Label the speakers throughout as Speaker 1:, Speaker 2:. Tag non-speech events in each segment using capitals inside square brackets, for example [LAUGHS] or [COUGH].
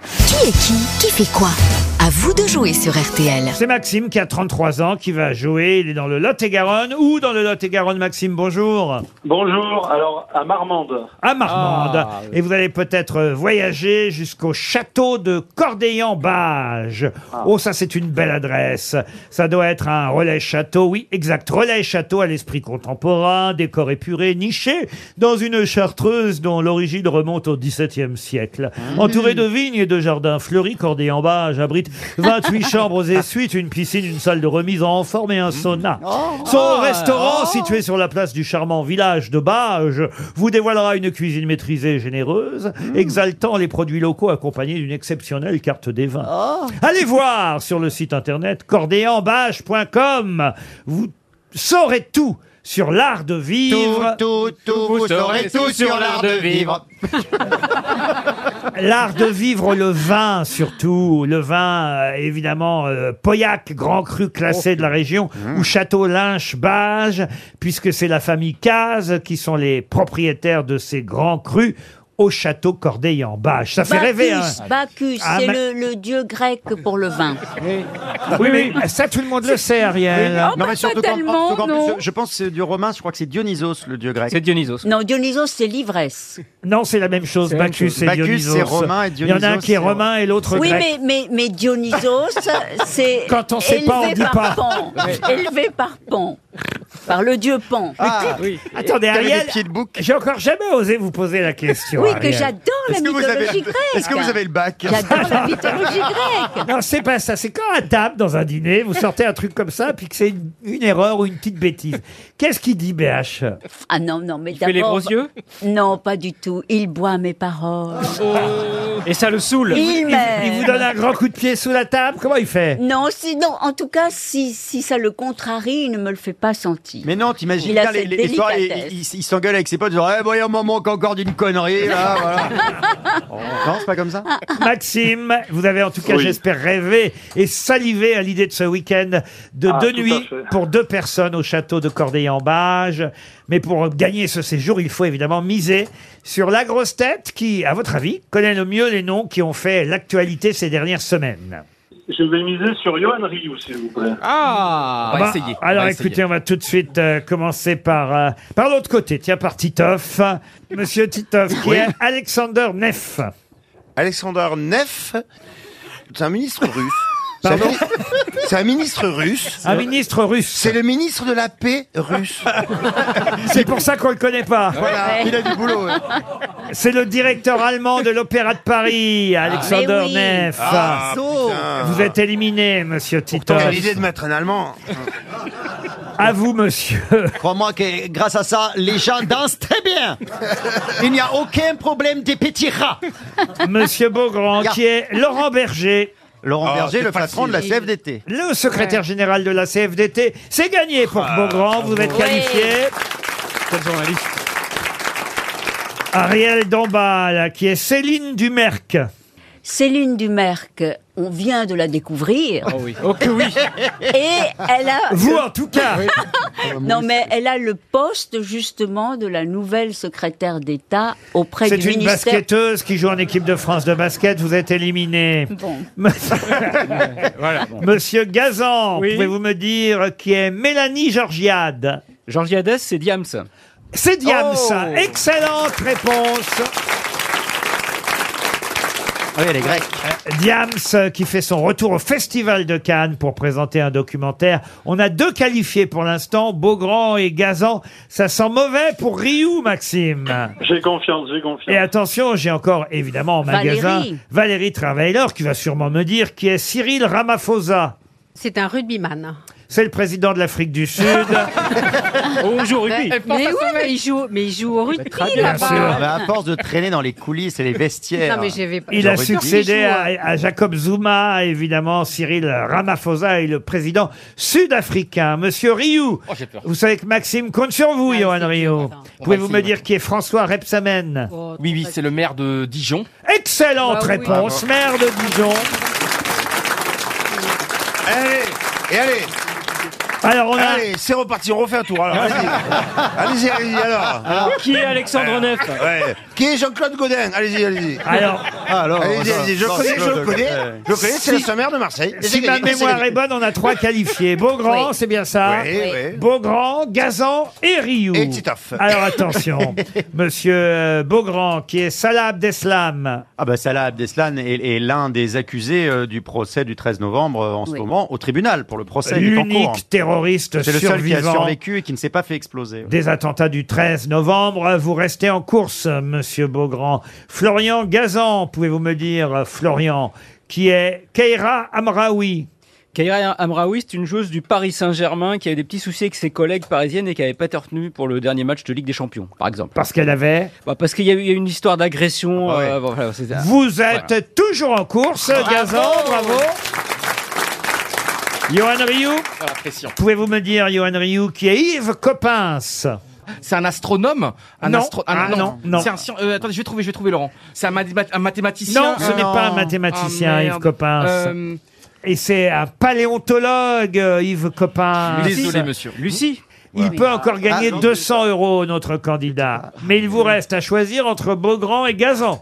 Speaker 1: Qui est qui Qui fait quoi À vous de jouer sur RTL.
Speaker 2: C'est Maxime qui a 33 ans, qui va jouer. Il est dans le Lot-et-Garonne ou dans le Lot-et-Garonne. Maxime, bonjour.
Speaker 3: Bonjour, alors à Marmande.
Speaker 2: À Marmande.
Speaker 4: Ah, oui.
Speaker 2: Et vous allez peut-être euh, voyager jusqu'au château de Cordéan-Bage.
Speaker 4: Ah.
Speaker 2: Oh, ça, c'est une belle adresse. Ça doit être un relais château. Oui, exact. Relais château à l'esprit contemporain, décor épuré, niché dans une chartreuse dont l'origine remonte au XVIIe siècle.
Speaker 4: Mmh.
Speaker 2: Entouré de vignes et de jardins fleuris, Cordéan-Bage
Speaker 4: [LAUGHS]
Speaker 2: abrite 28 chambres aux essuites, une piscine, une salle de remise en forme et un sauna. Son restaurant, situé sur la place du charmant village de Bages, vous dévoilera une cuisine maîtrisée et généreuse, exaltant les produits locaux accompagnés d'une exceptionnelle carte des vins. Allez voir sur le site internet cordéanbages.com. Vous saurez tout sur l'art de vivre,
Speaker 4: tout, tout, vous saurez tout sur l'art de vivre.
Speaker 5: Oh,
Speaker 2: l'art de vivre le vin surtout, le vin euh, évidemment euh, Pauillac, grand cru classé de la région,
Speaker 4: Mmh.
Speaker 2: ou Château Lynch Bage, puisque c'est la famille Caz qui sont les propriétaires de ces grands crus au château Corday en Bage. Ça fait rêver, hein
Speaker 5: Bacchus,
Speaker 2: Ah,
Speaker 5: c'est
Speaker 2: mais-
Speaker 5: le, le dieu grec pour le vin.
Speaker 2: Ah, Oui, mais ça tout le monde le sait, Ariel.
Speaker 5: Ah, Oh, pas tellement,
Speaker 4: surtout qu'en plus,
Speaker 5: non.
Speaker 4: je pense que c'est du romain, je crois que c'est Dionysos, le dieu grec.
Speaker 6: C'est Dionysos.
Speaker 5: Non, Dionysos, c'est l'ivresse.
Speaker 2: Non, c'est la même chose, Bacchus et
Speaker 4: Bacchus,
Speaker 2: Dionysos.
Speaker 4: c'est romain et
Speaker 2: Il y en a un
Speaker 4: Dionysos,
Speaker 2: qui est
Speaker 4: c'est-
Speaker 2: romain et l'autre
Speaker 5: Oui,
Speaker 2: grec.
Speaker 5: mais, mais, mais Dionysos,
Speaker 2: [LAUGHS]
Speaker 5: c'est.
Speaker 2: Quand on sait
Speaker 5: élevé
Speaker 2: pas, on dit
Speaker 5: par
Speaker 2: pas.
Speaker 5: Pan, élevé par Pan. Par le dieu Pan.
Speaker 4: Ah, oui.
Speaker 2: Attendez,
Speaker 4: T'avais
Speaker 2: Ariel,
Speaker 4: des pieds de bouc.
Speaker 2: j'ai encore jamais osé vous poser la question.
Speaker 5: oui, que
Speaker 2: Ariel.
Speaker 5: j'adore Oh, la
Speaker 4: Est-ce que, vous avez...
Speaker 5: mythologie grecque.
Speaker 4: est-ce que vous avez le bac
Speaker 5: J'adore la mythologie grecque.
Speaker 2: Non, c'est pas ça. C'est quand à table, dans un dîner, vous sortez un truc comme ça, puis que c'est une, une erreur ou une petite bêtise. Qu'est-ce qu'il dit, BH
Speaker 5: Ah non, non, mais
Speaker 6: Il
Speaker 5: d'abord.
Speaker 6: fait les gros yeux
Speaker 5: Non, pas du tout. Il boit mes paroles.
Speaker 6: Oh. et ça le saoule.
Speaker 5: Il
Speaker 2: Il vous
Speaker 5: m'aime.
Speaker 2: donne un grand coup de pied sous la table Comment il fait
Speaker 5: [LAUGHS] Non, sinon, en tout cas, si, si ça le contrarie, il ne me le fait pas sentir.
Speaker 4: Mais non, t'imagines
Speaker 5: Il a
Speaker 4: bien les,
Speaker 5: cette
Speaker 4: les histoires, il,
Speaker 5: délicatesse.
Speaker 4: il- il s'engueule avec ses potes, genre, eh, bon, il y a un moment encore d'une connerie,
Speaker 5: [LAUGHS]
Speaker 4: là, voilà.
Speaker 5: Oh.
Speaker 4: Non, c'est pas comme
Speaker 5: Ah.
Speaker 4: ça
Speaker 2: Maxime, vous avez en tout cas,
Speaker 3: Oui.
Speaker 2: j'espère, rêvé et salivé à l'idée de ce week-end de
Speaker 3: Ah,
Speaker 2: deux
Speaker 3: tout à
Speaker 2: nuits
Speaker 3: fait.
Speaker 2: pour deux personnes au château de Corday-en-Bage. Mais pour gagner ce séjour, il faut évidemment miser sur la grosse tête qui, à votre avis, connaît le mieux les noms qui ont fait l'actualité ces dernières semaines.
Speaker 3: Je vais miser sur Johan Rioux, s'il vous plaît.
Speaker 4: Ah
Speaker 6: On
Speaker 2: Bah,
Speaker 6: va essayer.
Speaker 2: Alors
Speaker 6: On va essayer.
Speaker 2: écoutez, on va tout de suite euh, commencer par, euh, par l'autre côté. Tiens, par Titoff. Monsieur Titoff, qui est Alexander Neff.
Speaker 7: Alexander Neff, c'est un ministre russe. C'est un, mini- c'est un ministre russe.
Speaker 2: Un ministre russe.
Speaker 7: C'est le ministre de la paix russe.
Speaker 2: C'est pour ça qu'on le connaît pas.
Speaker 4: Voilà, il a du boulot. hein. ouais.
Speaker 2: C'est le directeur allemand de l'Opéra de Paris, Alexander
Speaker 5: Mais oui.
Speaker 2: Neff.
Speaker 7: Ah, putain.
Speaker 2: Vous êtes éliminé, monsieur Titoff.
Speaker 7: Quelle idée de mettre un Allemand.
Speaker 2: À vous, monsieur. [LAUGHS]
Speaker 4: Crois-moi que grâce à ça, les gens dansent très bien. Il n'y a aucun problème des petits rats.
Speaker 2: monsieur Beaugrand, qui est Laurent Berger,
Speaker 4: Laurent
Speaker 7: Ah,
Speaker 4: Berger,
Speaker 7: c'est
Speaker 4: le patron de la
Speaker 7: facile.
Speaker 4: CFDT.
Speaker 2: le secrétaire général de la CFDT. C'est gagné pour Beaugrand. Vous êtes
Speaker 5: Ouais.
Speaker 2: qualifié.
Speaker 6: Ah, Quel journaliste
Speaker 2: Ariel Dombal, qui est Céline Dumerc.
Speaker 5: Céline Dumerc, on vient de la découvrir.
Speaker 6: Oh oui. Oh que oui.
Speaker 5: [LAUGHS] Et elle a.
Speaker 2: Vous, en tout cas.
Speaker 5: Non, mais elle a le poste, justement, de la nouvelle secrétaire d'État auprès
Speaker 2: C'est
Speaker 5: du
Speaker 2: une
Speaker 5: ministère.
Speaker 2: basketteuse qui joue en équipe de France de basket. Vous êtes éliminé. [LAUGHS]
Speaker 5: Bon.
Speaker 6: voilà.
Speaker 2: Monsieur Gazan,
Speaker 6: Oui.
Speaker 2: pouvez-vous me dire qui est Mélanie Georgiade
Speaker 6: Georgiades, c'est Diams.
Speaker 2: C'est Diams.
Speaker 4: Oh.
Speaker 2: Excellente réponse.
Speaker 4: Oui, elle est grecque.
Speaker 2: Diams euh, qui fait son retour au Festival de Cannes pour présenter un documentaire. On a deux qualifiés pour l'instant, Beaugrand et Gazan. Ça sent mauvais pour Riou, Maxime.
Speaker 3: J'ai confiance, j'ai confiance.
Speaker 2: Et attention, j'ai encore évidemment en magasin Valérie,
Speaker 5: Valérie.
Speaker 2: Travailer qui va sûrement me dire qui est Cyril Ramaphosa.
Speaker 8: C'est un rugbyman.
Speaker 2: C'est le président de l'Afrique du Sud.
Speaker 6: Oh, joue au rugby.
Speaker 8: Euh, mais oui, mais il joue, mais il joue au rugby
Speaker 2: bien sûr.
Speaker 8: là-bas.
Speaker 4: Mais à force de traîner dans les coulisses et les vestiaires.
Speaker 8: Ah, Non, mais je vais pas.
Speaker 2: Il a
Speaker 4: J'aurais dit.
Speaker 2: succédé
Speaker 8: Il joue,
Speaker 2: à, à Jacob Zuma, évidemment. Cyril Ramaphosa est le président sud-africain. Monsieur Rioux,
Speaker 7: Oh,
Speaker 2: vous savez que Maxime compte sur vous,
Speaker 8: Ah,
Speaker 2: Johan
Speaker 8: c'est
Speaker 2: Rioux.
Speaker 8: dur, attends.
Speaker 2: Pouvez-vous
Speaker 6: Maxime,
Speaker 2: me dire qui est François Repsamen
Speaker 8: Oh,
Speaker 6: Oui, oui, c'est le maire de Dijon.
Speaker 2: Excellente
Speaker 8: Bah oui.
Speaker 2: réponse, maire de Dijon.
Speaker 7: Allez, et allez.
Speaker 2: Alors, on a...
Speaker 7: Allez, c'est reparti, on refait un tour. Alors, vas-y. allez-y, allez-y, alors.
Speaker 6: Qui est Alexandre Neff
Speaker 7: Ouais. Qui est Jean-Claude Godin Allez-y, allez-y. [LAUGHS]
Speaker 2: Alors,
Speaker 4: Ah, Alors,
Speaker 7: Allez-y, allez-y. Ah, Je connais, je le connais. Je le connais, c'est
Speaker 2: Si-
Speaker 7: la sommaire de Marseille. Et c'est
Speaker 2: si ma
Speaker 7: gagné, et c'est
Speaker 2: mémoire
Speaker 7: gagné.
Speaker 2: est bonne, on a trois qualifiés. Beaugrand, c'est bien ça
Speaker 7: Oui, oui.
Speaker 2: Beaugrand, Gazan et Rioux.
Speaker 7: Et Titoff.
Speaker 2: Alors
Speaker 7: [LAUGHS]
Speaker 2: attention, monsieur euh, Beaugrand, qui est Salah Abdeslam.
Speaker 4: Ah bah Salah Abdeslan est, est l'un des accusés euh, du procès du 13 novembre euh, en ce
Speaker 5: Oui.
Speaker 4: moment au tribunal pour le procès du en cours.
Speaker 2: L'unique terroriste
Speaker 4: C'est le seul qui a
Speaker 2: survivant
Speaker 4: survécu et qui ne s'est pas fait exploser.
Speaker 2: des attentats du 13 novembre. Vous restez en course, monsieur Beaugrand. Florian Gazan, pouvez-vous me dire, euh, Florian, qui est Keira Amraoui
Speaker 6: Kaira Amraoui, c'est une joueuse du Paris Saint-Germain qui avait des petits soucis avec ses collègues parisiennes et qui n'avait pas été retenue pour le dernier match de Ligue des Champions, par exemple.
Speaker 2: parce qu'elle avait.
Speaker 6: Bah, parce qu'il y a eu il y a eu une histoire d'agression.
Speaker 4: Ah bah ouais.
Speaker 6: euh, bon, voilà, c'était-
Speaker 2: Vous
Speaker 4: Ah.
Speaker 2: êtes toujours en course, Gazan, bravo. Johan Rioux, pouvez-vous me dire, Johan Rioux, qui est Yves Coppens
Speaker 9: C'est un astronome un
Speaker 2: Non.
Speaker 9: astro- ah,
Speaker 2: Ah,
Speaker 9: non.
Speaker 2: non, non.
Speaker 9: C'est un scien- euh, attendez, je vais trouver, je vais trouver Laurent. C'est un, mathéma- un mathématicien.
Speaker 6: ah,
Speaker 9: Ah,
Speaker 2: Non, ce n'est pas un mathématicien, Yves Coppens.
Speaker 9: Euh,
Speaker 2: Et c'est un paléontologue, euh, Yves Coppens.
Speaker 9: Ah, désolé, monsieur.
Speaker 6: Lucie
Speaker 2: Il peut encore gagner 200 euros, notre candidat. Mais il vous reste à choisir entre Beaugrand et Gazan.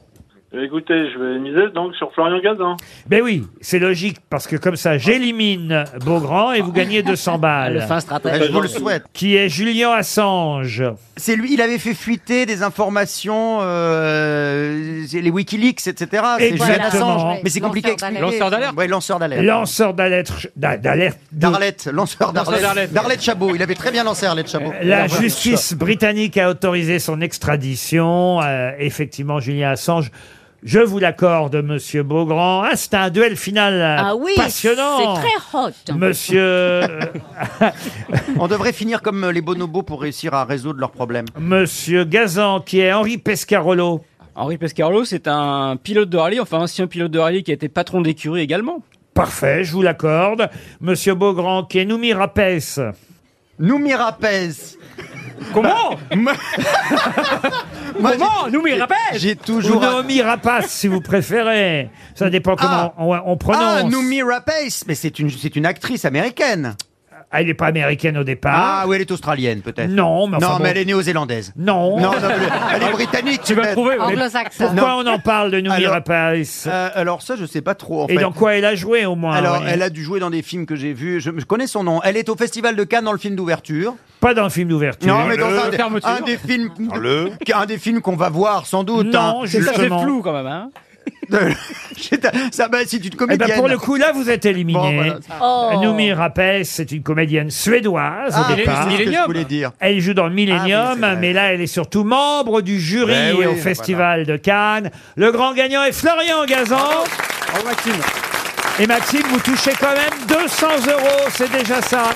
Speaker 3: Écoutez, je vais miser donc sur Florian Gazan.
Speaker 2: Ben oui, c'est logique, parce que comme ça, j'élimine Beaugrand et vous gagnez 200
Speaker 6: Ah,
Speaker 2: balles.
Speaker 4: Ouais, Bah, je vous le souhaite.
Speaker 2: Qui est Julien Assange.
Speaker 4: C'est lui, il avait fait fuiter des informations, euh, c'est les WikiLeaks, etc. C'est
Speaker 2: Exactement.
Speaker 4: Julian Assange.
Speaker 2: Ouais.
Speaker 4: Mais c'est compliqué à
Speaker 8: Lanceur
Speaker 4: expliquer.
Speaker 8: d'alerte.
Speaker 6: Lanceur d'alerte.
Speaker 4: Ouais, lanceur d'alerte.
Speaker 2: Lanceur d'alerte. d'a- d'alerte de-
Speaker 4: D'Arlette, lanceur d'Arlette.
Speaker 6: d'Arlette.
Speaker 4: D'Arlette Chabot, il avait très bien lancé Arlette Chabot.
Speaker 2: La justice britannique a autorisé son extradition. Euh, effectivement, Julien Assange. Je vous l'accorde, Monsieur Beaugrand. Ah, c'est un duel final euh,
Speaker 5: Ah oui, c'est
Speaker 2: passionnant.
Speaker 5: très hot.
Speaker 2: Monsieur, euh,
Speaker 4: On devrait finir comme euh, les bonobos pour réussir à résoudre leurs problèmes.
Speaker 2: Monsieur Gazan, qui est Henri Pescarolo.
Speaker 6: Henri Pescarolo, c'est un pilote de rallye, enfin ancien pilote de rallye qui a été patron d'écurie également.
Speaker 2: Parfait, je vous l'accorde. Monsieur Beaugrand, qui est Noumi Rapace.
Speaker 4: Noumi Rapez.
Speaker 6: Comment [LAUGHS] Comment Nous, mais rappelle
Speaker 4: Bah, J'ai
Speaker 2: Ou
Speaker 4: toujours.
Speaker 2: Naomi Rapace, si vous préférez. Ça dépend comment
Speaker 4: Ah.
Speaker 2: on, on prononce.
Speaker 4: Ah, Noumi Rapace, mais c'est une, c'est une actrice américaine.
Speaker 2: Elle n'est pas américaine au
Speaker 4: Ah,
Speaker 2: départ.
Speaker 4: oui, elle est australienne peut-être.
Speaker 2: Non, mais enfin
Speaker 4: non,
Speaker 2: bon. Oh.
Speaker 4: mais elle est néo-zélandaise.
Speaker 2: Non.
Speaker 4: Non, non, mais elle
Speaker 2: [LAUGHS]
Speaker 4: est britannique.
Speaker 6: Tu vas
Speaker 4: peut-être.
Speaker 6: trouver. on est-
Speaker 8: Anglo-saxon.
Speaker 2: Pourquoi on en parle de Noumi
Speaker 4: Alors-
Speaker 2: Rapace
Speaker 4: Euh, alors ça, je sais pas trop en
Speaker 2: Et
Speaker 4: fait.
Speaker 2: dans quoi elle a joué au moins
Speaker 4: Alors,
Speaker 2: oui.
Speaker 4: elle a dû jouer dans des films que j'ai vus. Je, je connais son nom. Elle est au Festival de Cannes dans le film d'ouverture.
Speaker 2: Pas dans le film d'ouverture.
Speaker 4: Non, mais dans un, des-
Speaker 6: fermeture.
Speaker 4: un
Speaker 2: [LAUGHS]
Speaker 4: des films, [LAUGHS] un des films qu'on va voir sans doute.
Speaker 2: Non,
Speaker 4: hein. [LAUGHS]
Speaker 2: j'ai-
Speaker 6: Ça, c'est
Speaker 2: Justement.
Speaker 6: flou quand même. Hein
Speaker 4: J'étais- ça, bah, c'est une
Speaker 2: Eh
Speaker 4: comédienne.
Speaker 2: ben pour le coup, là, vous êtes éliminé.
Speaker 4: Bon, voilà.
Speaker 5: Oh.
Speaker 2: Noumi Rapace, c'est une comédienne suédoise
Speaker 4: Ah,
Speaker 2: au
Speaker 4: c'est
Speaker 2: départ.
Speaker 4: ce que je
Speaker 6: Millennium.
Speaker 4: voulais dire.
Speaker 2: Elle joue dans le
Speaker 4: Ah oui,
Speaker 2: Millennium,
Speaker 4: c'est vrai.
Speaker 2: mais là, elle est surtout membre du jury
Speaker 4: Ben oui,
Speaker 2: au Festival de Cannes. Le grand gagnant est Florian Gazan. Et Maxime, vous touchez quand même 200 euros, c'est déjà ça.